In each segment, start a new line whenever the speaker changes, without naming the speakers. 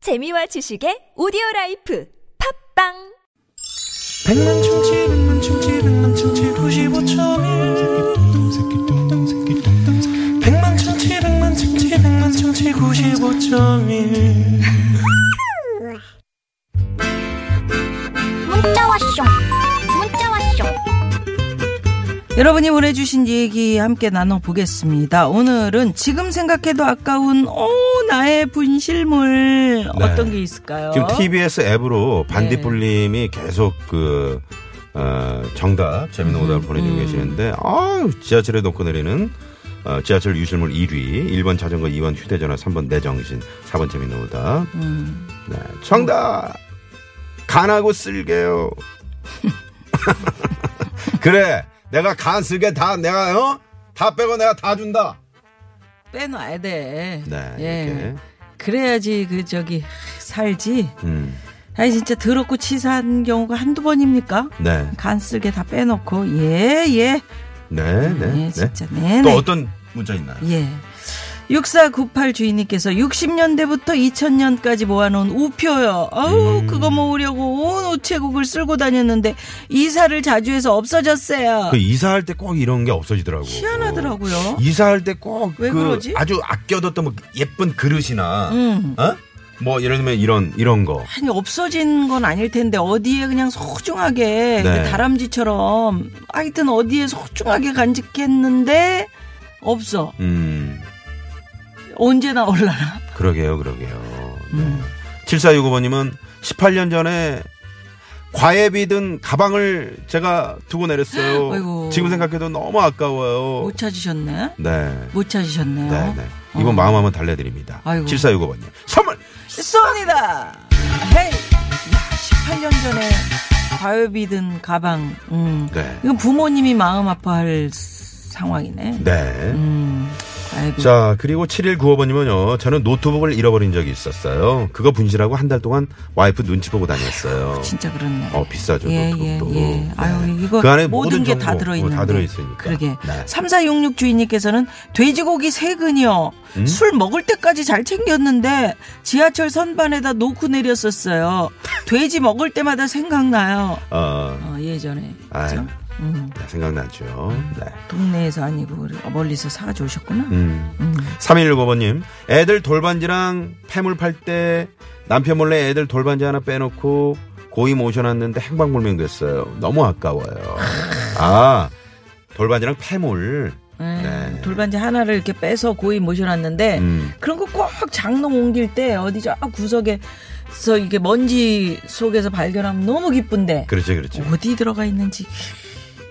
재미와 지식의 오디오 라이프 팝빵
백만 충치 백만 충치 백만 충치 구십오점일 백만 충치 백만 충치 백만 충치 구십오점일
문자 왔쇼 문자 왔쇼
여러분이 보내주신 얘기 함께 나눠보겠습니다. 오늘은 지금 생각해도 아까운 오 나의 분실물
네.
어떤 네. 게 있을까요?
지금 TBS 앱으로 반딧불님이 계속 그 어, 정답 재밌는 오답을
음,
보내주고 계시는데 아유 지하철에 놓고 내리는 어, 지하철 유실물 1위 1번 자전거 2번 휴대전화 3번 내정신 4번 재밌는 오답
음.
네, 정답 간하고 쓸게요 그래 내가 간 쓸게 다 내가 어? 다 빼고 내가 다 준다
빼놔야 돼. 예.
네, 이렇게.
그래야지 그 저기 살지.
음,
아니 진짜 더럽고 치사한 경우가 한두 번입니까?
네.
간 쓸게 다 빼놓고 예예 예,
네, 네,
예,
네.
진짜 네.
또
네.
어떤 문자 있나요?
예. 6498 주인님께서 60년대부터 2000년까지 모아놓은 우표요. 아우,
음.
그거 모으려고 온 우체국을 쓸고 다녔는데, 이사를 자주 해서 없어졌어요.
그 이사할 때 꼭 이런 게 없어지더라고.
희한하더라고요.
이사할 때 꼭
왜
그
그러지?
아주 아껴뒀던 뭐 예쁜 그릇이나
음.
어? 뭐 예를 들면 이런 이런 거.
아니, 없어진 건 아닐 텐데, 어디에 그냥 소중하게,
네.
그 다람쥐처럼, 하여튼 어디에 소중하게 간직했는데, 없어.
음.
언제나 올라라.
그러게요. 그러게요. 네.
음.
7465번님은 18년 전에 과외비 든 가방을 제가 두고 내렸어요.
아이고.
지금 생각해도 너무 아까워요.
못 찾으셨네?
네.
못 찾으셨네요.
네, 네. 이번
어.
마음 한번 달래드립니다.
아이고.
7465번님. 선물!
쏩니다. 헤이. 야, 18년 전에 과외비 든 가방. 음.
네.
이건 부모님이 마음 아파할 상황이네.
네.
음. 과외비.
자, 그리고 7195번님은요, 저는 노트북을 잃어버린 적이 있었어요. 그거 분실하고 한 달 동안 와이프 눈치 보고 다녔어요.
아, 진짜 그렇네.
어, 비싸죠,
예, 예,
노트북도.
예. 아유,
네.
이거
그 안에
모든,
모든
게 다
정보,
들어있는데.
어, 다 들어있으니까.
그러게.
네.
3466 주인님께서는 돼지고기 세근이요.
음?
술 먹을 때까지 잘 챙겼는데 지하철 선반에다 놓고 내렸었어요. 돼지 먹을 때마다 생각나요.
어,
어, 예전에.
아유,
그죠? 음.
네, 생각나죠. 네.
동네에서 아니고 우리 멀리서 사가져오셨구나.
음. 3165번님, 애들 돌반지랑 폐물 팔 때 남편 몰래 애들 돌반지 하나 빼놓고 고이 모셔놨는데 행방불명 됐어요. 너무 아까워요. 아, 돌반지랑 폐물.
네.
네.
돌반지 하나를 이렇게 빼서 고이 모셔놨는데
음.
그런 거 꼭 장롱 옮길 때 어디 저 구석에서 이게 먼지 속에서 발견하면 너무 기쁜데
그렇죠, 그렇죠.
어디 들어가 있는지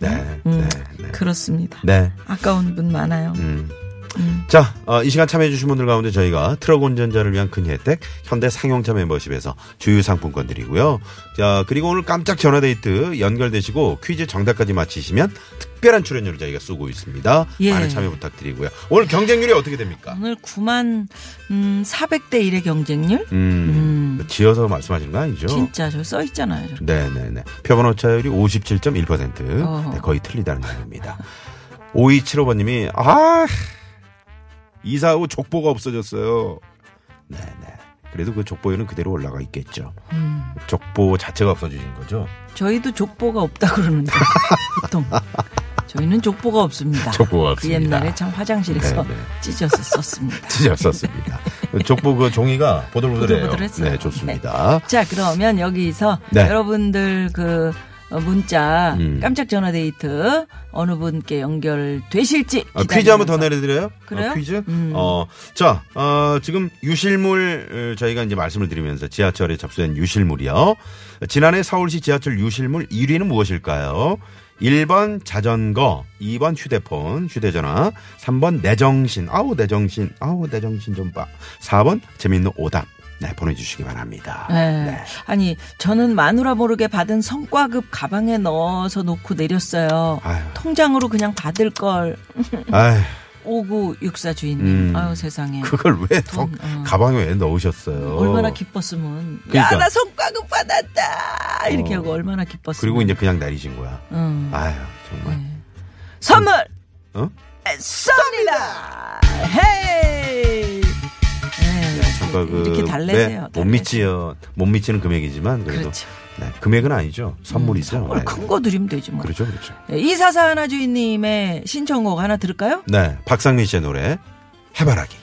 네,
음,
네, 네.
그렇습니다.
네.
아까운 분 많아요.
음. 자, 어, 이 시간 참여해주신 분들 가운데 저희가 트럭 운전자를 위한 큰 혜택, 현대 상용차 멤버십에서 주유 상품권 드리고요. 자, 그리고 오늘 깜짝 전화데이트 연결되시고 퀴즈 정답까지 맞히시면 특별한 출연료를 저희가 쏘고 있습니다.
예.
많은 참여 부탁드리고요. 오늘 경쟁률이 어떻게 됩니까?
오늘 9만 음, 400대 1의 경쟁률
음, 뭐 지어서 말씀하시는 거 아니죠?
진짜 저 써 있잖아요. 저렇게.
네네네. 표본 오차율이 57.1%.
어허.
네, 거의 틀리다는 얘기입니다. 5275번님이, 아! 이사 후 족보가 없어졌어요. 네네. 그래도 그 족보에는 그대로 올라가 있겠죠.
음.
족보 자체가 없어지신 거죠?
저희도 족보가 없다 그러는데 보통 저희는 족보가 없습니다.
족보가
그
없습니다.
옛날에 참 화장실에서
네, 네.
찢어서 썼습니다.
찢었었습니다. 족보 그 종이가 보들보들해요.
보들보들했어요.
네, 좋습니다.
자, 그러면 여기서
네.
여러분들 그 어, 문자
음.
깜짝 전화 데이트 어느 분께 연결되실지
아, 퀴즈 한번 더
기다리면서.
내려드려요?
그래요?
어, 퀴즈?
음.
어, 자, 어, 지금 유실물 어, 저희가 이제 말씀을 드리면서 지하철에 접수된 유실물이요. 지난해 서울시 지하철 유실물 1위는 무엇일까요? 1번 자전거, 2번 휴대폰, 휴대전화, 3번 내정신, 아우 내정신, 아우 내정신 좀 봐. 4번 재밌는 오답. 네, 보내주시기 바랍니다.
네. 아니 저는 마누라 모르게 받은 성과급 가방에 넣어서 놓고 내렸어요.
아유.
통장으로 그냥 받을 걸
아휴,
네. 5964 주인님.
음.
아유 세상에.
그걸 왜 성-
돈, 어.
가방에 왜 넣으셨어요?
얼마나 기뻤으면
그러니까. 어.
야 나 성과급 받았다 이렇게 하고 얼마나 기뻤으면
그리고 이제 그냥 내리신 거야.
음.
아유, 정말.
선물
어?
쏩니다. 헤이. 네,
아까 그
이렇게 달래세요.
네, 못 미치요. 못 미치는 금액이지만 그래도
그렇죠.
네, 금액은 아니죠. 선물이죠. 네.
큰거 드리면 되지 뭐.
그렇죠, 그렇죠.
이사사 하나 주인님의 신청곡 하나 들을까요?
네, 박상민 씨의 노래 해바라기.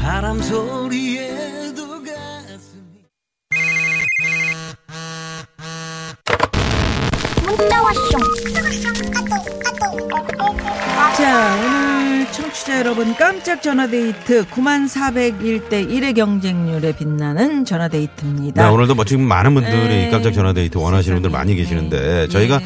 바람 소리에도 가슴이
문자 왔쇼 까똑 까똑
자, 오늘 청취자 여러분 깜짝 전화데이트 9401대 1의 경쟁률에 빛나는 전화데이트입니다.
네, 오늘도 뭐 지금 많은 분들이
에이,
이 깜짝 전화 데이트 원하시는 분들 많이 계시는데
예.
저희가
예.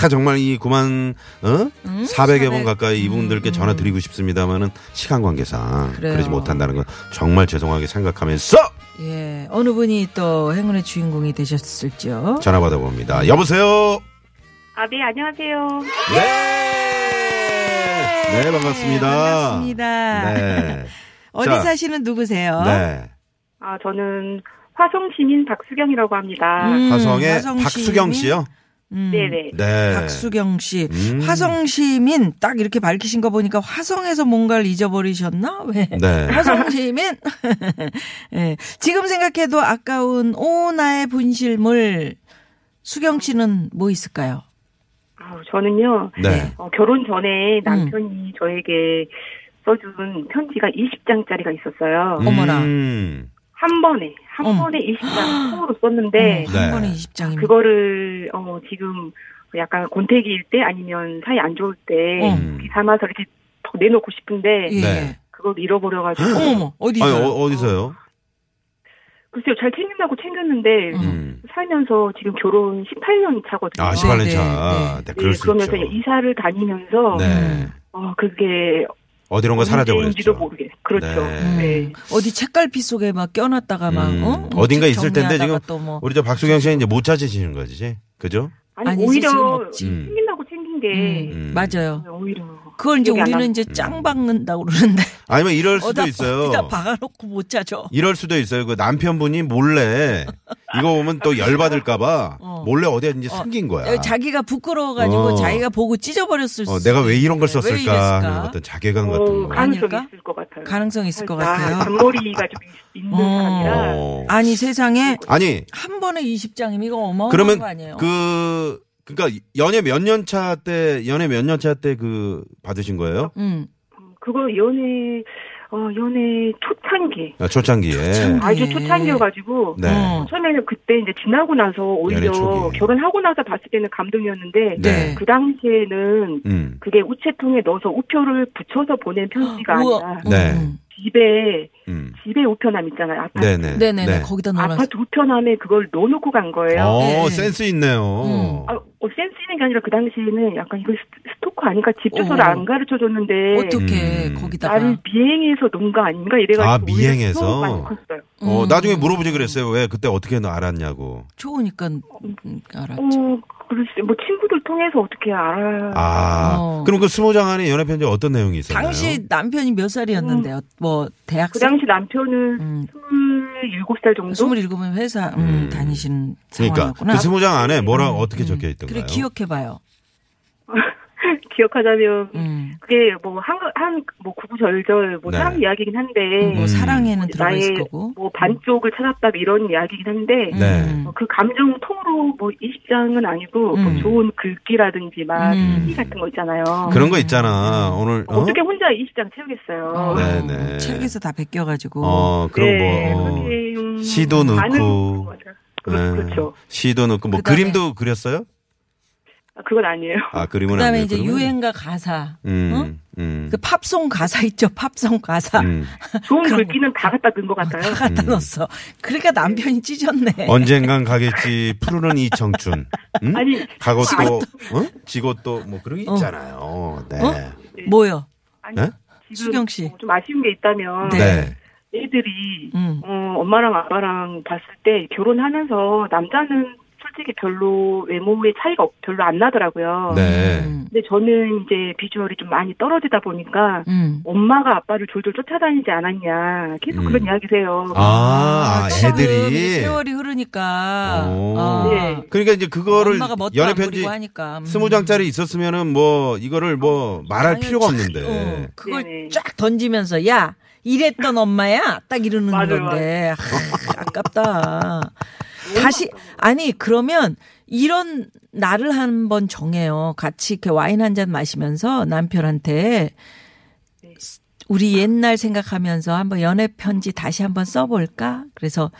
다 정말 이 9만 어? 400여 번 가까이 이분들께 전화 드리고 싶습니다만은 시간 관계상
그래요.
음. 그러지 못한다는 건 정말 죄송하게 생각하면서
예, 어느 분이 또 행운의 주인공이 되셨을지요.
전화 받아봅니다. 여보세요.
아, 네, 안녕하세요.
네. 네, 반갑습니다.
반갑습니다.
네.
어디
자,
사시는 누구세요?
네.
아, 저는 화성 시민 박수경이라고 합니다.
음,
화성의
화성 시민?
박수경 씨요.
음.
네네.
네.
박수경 씨,
음.
화성 시민 딱 이렇게 밝히신 거 보니까 화성에서 뭔가를 잊어버리셨나? 왜?
네.
화성 시민. 예. 지금 생각해도 아까운 오 나의 분실물 수경 씨는 뭐 있을까요?
아, 저는요,
네.
어, 결혼
음.
전에 남편이 저에게 써준 편지가 20장짜리가 있었어요.
음. 어머나.
음.
한 번에, 한
어머.
번에 20장 통으로 썼는데,
음, 한
네.
번에 20장입니다.
그거를, 어, 지금 약간 곤태기일 때 아니면 사이 안 좋을 때,
어.
음.
이렇게 담아서 이렇게 더 내놓고 싶은데,
예.
네.
그걸 잃어버려가지고,
어머머, 어디
아니,
있어요?
어, 어디서요?
글쎄요, 잘 챙긴다고 챙겼는데,
어.
음.
살면서 지금 결혼 18년 차거든요.
아,
시발-
18년
네,
차.
네, 네.
네,
네,
그럴 수
그러면서
있죠.
이사를 다니면서
네.
어 그게
어디론가 사라져
언제인지도
버렸죠.
모르겠. 그렇죠.
네.
네.
어디 책갈피 속에 막 껴놨다가 막
음.
어?
어딘가
책
있을 텐데
정리하다가
지금
또 뭐.
우리 저 박수경 씨는 이제 못 찾으시는 거지. 그죠?
아니,
아니지, 지금
오히려
없지.
음.
생긴다고 챙긴 게 네,
음.
맞아요.
오히려
그걸 이제
기억이 안
우리는 이제 짱 박는다고 그러는데
아니면 이럴 음. 수도
어디다
있어요.
어디다 박아놓고 못 찾아.
이럴 수도 있어요. 그 남편분이 몰래 이거 보면 또 열받을까봐
어.
몰래 어디에 이제
어,
숨긴 거야.
자기가 부끄러워가지고
어.
자기가 보고 찢어버렸을
어,
수
내가 왜 이런 걸
있어요. 네, 왜
썼을까 하는
이랬을까?
어떤 자괴감
어,
같은 거.
아니,
가능성이
아닐까?
있을 것 같아요.
가능성이 있을 것
살짝
같아요.
잔머리가 좀 있- 있는
어.
사람이라
어.
아니 세상에
아니
한 번에 20장이면 이거 어마어마한
그러면
거 아니에요?
그 그러니까 연애 몇 년 차 때 연애 몇 년 차 때 그 받으신 거예요?
음.
그거 연애 어 연애 초창기
아, 초창기에.
아주
네.
초창기여가지고
네.
어.
처음에는 그때 이제 지나고 나서
연애
오히려
초기에.
결혼하고 나서 봤을 때는 감동이었는데
네.
그 당시에는
음.
그게 우체통에 넣어서 우표를 붙여서 보낸 편지가 아니라
네.
음.
집에
음.
집에 우편함 있잖아요. 아파트,
네네.
네네네. 거기다 넣어놨어.
아파트 우편함에 그걸 넣어놓고 간 거예요.
어,
네.
센스 있네요.
음.
아, 어, 센스 있는 게 아니라 그 당시에는 약간 이거 스- 스토커 아닌가 집 주소를
어.
안 가르쳐 줬는데
어떻게
음.
거기다가
나를 미행해서 논 거 아닌가 이래가지고
아,
오히려
미행해서?
더 많이 컸어요.
어,
음.
나중에 물어보지 그랬어요. 왜 그때 어떻게 너 알았냐고.
좋으니까 음, 알았죠.
어, 글쎄 뭐 친구들 통해서 어떻게 알아?
아,
어.
그럼 그 스무 장 안에 연애 편지 어떤 내용이 있었나요?
당시 남편이 몇 살이었는데요? 뭐
그
대학생?
당시 남편은
음,
27살 정도?
27이면 회사 음,
음.
다니시는
그러니까
상황이었구나.
그 스무 장 안에 뭐라 어떻게
음.
적혀 있던가요?
그래 기억해봐요.
기억하자면
음.
그게 뭐 한 한 뭐 구구절절 뭐
네.
사람 이야기긴 한데
뭐
음.
사랑에는 들어가
나의
있을 거고.
뭐 반쪽을 찾았다 이런 이야기긴 한데
음.
네.
어, 그 감정 통으로 뭐 20장은 아니고 뭐
음.
좋은 글귀라든지 막
음.
시 같은 거 있잖아요.
그런 거 있잖아. 오늘
어, 어떻게 혼자 20장 채우겠어요?
네. 네네.
음, 책에서 다 벗겨가지고.
어, 그런
네,
뭐 어,
그렇게, 음,
시도
많은
넣고.
것 같아요. 그렇-
네.
그렇죠.
시도 넣고 뭐
그다음에-
그림도 그렸어요?
아, 그건 아니에요.
아, 그림은
그다음에
아니에요,
이제
그러면?
유행가 가사.
음. 음.
그 팝송 가사 있죠. 팝송 가사.
음.
좋은 글귀는 다 갖다 넣은 것 같아요.
다 갖다 넣었어. 그러니까 남편이 찢었네.
언젠간 가겠지 푸르는 이 청춘. 음?
아니,
가고 또
지고
어? 지고 또 뭐 그런 게 있잖아요. 네.
어? 뭐요?
아니,
네?
지금
수경 씨.
어, 좀 아쉬운 게 있다면
네.
네.
애들이
음.
어, 엄마랑 아빠랑 봤을 때 결혼하면서 남자는 솔직히 별로 외모의 차이가 없- 별로 안 나더라고요.
네.
음.
근데 저는 이제 비주얼이 좀 많이 떨어지다 보니까
음.
엄마가 아빠를 졸졸 쫓아다니지 않았냐 계속 그런
음.
이야기세요.
아, 아,
참, 이
애들이.
세월이 흐르니까.
오.
아,
네.
그러니까 이제 그거를
엄마가 멋도
연애
안 부리고
편지
하니까. 음.
스무 장짜리 있었으면은 뭐 이거를 뭐 말할
아유,
필요가
참,
없는데.
어, 그걸
네네.
쫙 던지면서 야 이랬던 엄마야 딱 이러는
맞아요,
건데 아, 아깝다. 다시 아니 그러면 이런 날을 한번 정해요. 같이 이렇게 와인 한 잔 마시면서 남편한테
네.
우리 옛날 생각하면서 한번 연애 편지 다시 한번 써볼까? 그래서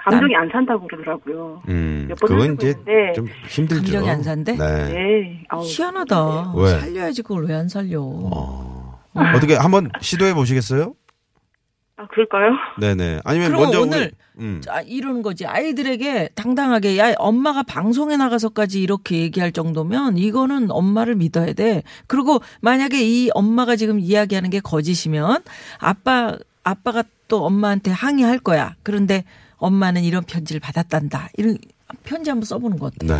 감정이 안 산다고 그러더라고요.
음,
몇번
그건
해보고
이제
있는데.
좀 힘들죠.
감정이 안 산대?
네.
네. 아우,
희한하다.
왜?
살려야지 그걸 왜 안 살려?
어떻게 한번 시도해 보시겠어요?
아 그럴까요?
네네. 아니면
그럼
먼저
오늘-
우리, 음.
아, 이러는 거지. 아이들에게 당당하게, 야, 엄마가 방송에 나가서까지 이렇게 얘기할 정도면 이거는 엄마를 믿어야 돼. 그리고 만약에 이 엄마가 지금 이야기하는 게 거짓이면 아빠, 아빠가 또 엄마한테 항의할 거야. 그런데 엄마는 이런 편지를 받았단다. 이런 편지 한번 써보는 거 어때?
네.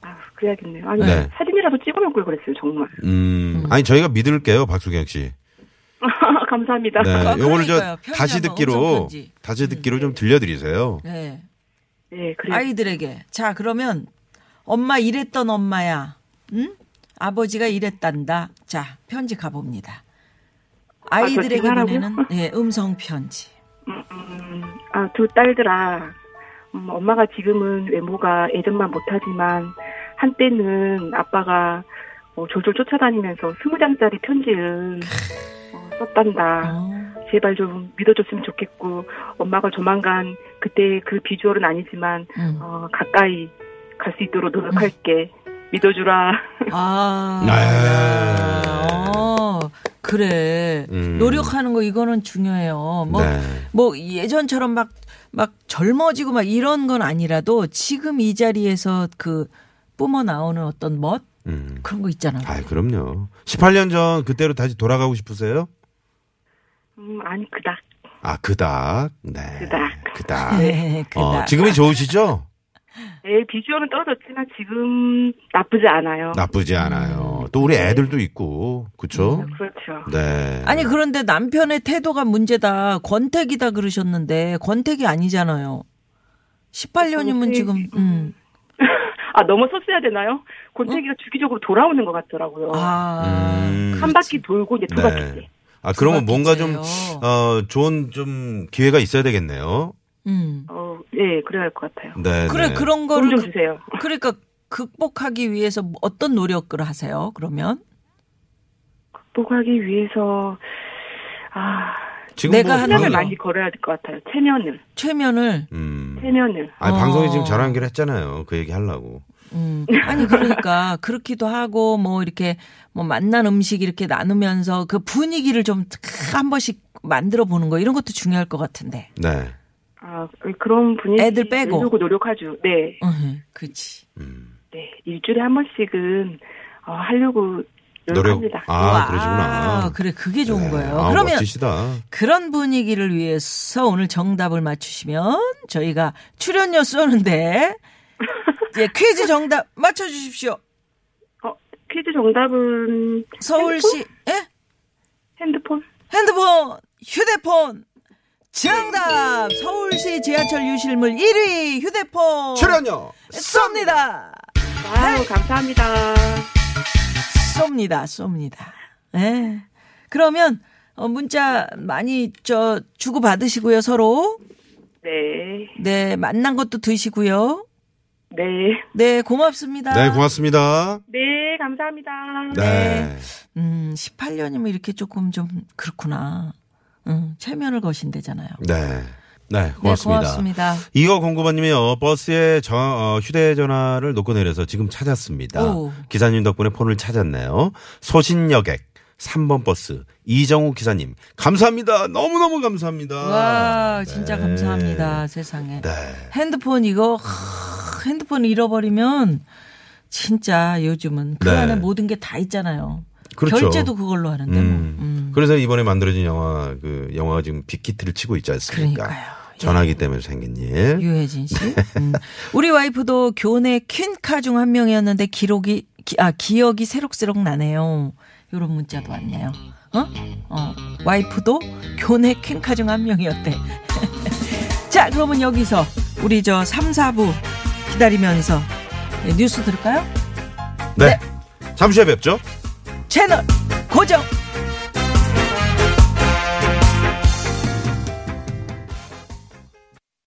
아 그래야겠네요. 아니
네.
사진이라도 찍어놓을 걸 그랬어요 정말.
음, 아니 저희가 믿을게요, 박수경 씨.
감사합니다.
네,
아,
요거를
그러니까요.
저
편지
다시
한번,
듣기로
음성 편지.
다시 듣기로 좀 들려드리세요.
네.
네, 그래요.
아이들에게. 자, 그러면 엄마 이랬던 엄마야. 응? 아버지가 이랬단다. 자, 편지 가봅니다. 아이들에게
그렇게 하라고요?
보내는 예, 음성 편지.
아, 두 딸들아. 음, 엄마가 지금은 외모가 예전만 못하지만 한때는 아빠가 어, 졸졸 쫓아다니면서 스무 장짜리 편지를 어, 썼단다.
어.
제발 좀 믿어줬으면 좋겠고 엄마가 조만간 그때 그 비주얼은 아니지만
음.
어, 가까이 갈 수 있도록 노력할게. 믿어주라.
아.
네.
어, 그래.
음.
노력하는 거 이거는 중요해요. 뭐,
네.
뭐 예전처럼 막, 막 젊어지고 막 이런 건 아니라도 지금 이 자리에서 그 뿜어 나오는 어떤 멋?
음.
그런 거 있잖아.
아, 그럼요. 18년 전 그때로 다시 돌아가고 싶으세요?
음, 아니 그닥.
아, 그닥. 네.
그닥.
그닥.
네, 그
어,
나-
지금이 좋으시죠?
네, 비주얼은 떨어졌지만 지금 나쁘지 않아요.
음.
나쁘지 않아요. 또 우리 애들도 있고, 그쵸?
그렇죠.
네.
네. 아니 그런데 남편의 태도가 문제다. 권태기다 그러셨는데 권태기 아니잖아요. 18년이면
권태기.
지금 음. 어?
아 너무 썼어야 되나요? 곤태기가 주기적으로 돌아오는 것 같더라고요.
아.
음.
한 바퀴 돌고 이제 두
네.
바퀴.
아, 그러면 뭔가 좀,
바퀴째예요.
어, 좋은 좀 기회가 있어야 되겠네요.
음.
어, 예, 그래야 할 것 같아요.
네.
그래
네.
그런
돈
거를
좀
그,
주세요.
러니까 극복하기 위해서 뭐 어떤 노력을 하세요? 그러면
극복하기 위해서 아
지금
내가 하는
체면을
방금-
그래요?
많이 걸어야 될 것 같아요. 체면을,
최면을
음.
체면을.
아니,
어.
방송에 지금 전화 연결했잖아요. 그 얘기 하려고.
음. 아니 그러니까 그렇기도 하고 뭐 이렇게 뭐 만난 음식 이렇게 나누면서 그 분위기를 좀 한 번씩 만들어 보는 거 이런 것도 중요할 것 같은데.
네.
아 그런 분위기
애들 빼고.
만들고 노력하죠. 네,
음, 그렇지.
음.
네 일주일에 한 번씩은 어, 하려고
노력.
노력합니다.
아, 그러시구나.
그래 그게 좋은
네.
거예요.
아,
그러면 어,
멋지시다.
그런 분위기를 위해서 오늘 정답을 맞추시면 저희가 출연료 쏘는데 예, 퀴즈 정답 맞춰 주십시오.
어, 퀴즈 정답은
서울시 예?
핸드폰.
핸드폰, 휴대폰 정답. 서울시 지하철 유실물 1위 휴대폰
출연요.
네. 쏩니다.
아유 감사합니다.
쏩니다. 쏩니다. 예. 그러면 어, 문자 많이 저 주고 받으시고요, 서로.
네,
네, 만난 것도 드시고요.
네,
네, 고맙습니다.
네, 고맙습니다.
네 감사합니다.
네.
음, 18년이면 이렇게 조금 좀 그렇구나. 음, 체면을 거신대잖아요.
네. 네, 고맙습니다.
네, 고맙습니다.
이거 공구반님이요 버스에 저, 어, 휴대전화를 놓고 내려서 지금 찾았습니다.
오.
기사님 덕분에 폰을 찾았네요. 소신여객 3번 버스 이정우 기사님 감사합니다. 너무 너무 감사합니다.
와, 진짜
아, 네.
감사합니다. 세상에.
네,
핸드폰 이거, 하, 핸드폰 잃어버리면 진짜 요즘은 그
네.
안에 모든 게 다 있잖아요.
그렇죠.
결제도 그걸로 하는데 뭐.
음.
음.
그래서 이번에 만들어진 영화 그 영화가 지금 빅히트를 치고 있지 않습니까?
그러니까요. 예.
전화기 때문에 생긴 일.
유혜진 씨. 음. 우리 와이프도 교내 퀸카 중 한 명이었는데 기록이 기, 아 기억이 새록새록 나네요. 요런 문자도 왔네요. 어? 어. 와이프도 교내 퀸카 중 한 명이었대. 자, 그러면 여기서 우리 저 3, 4부 기다리면서 뉴스 들을까요? 네.
네. 잠시 후에 뵙죠.
채널 고정.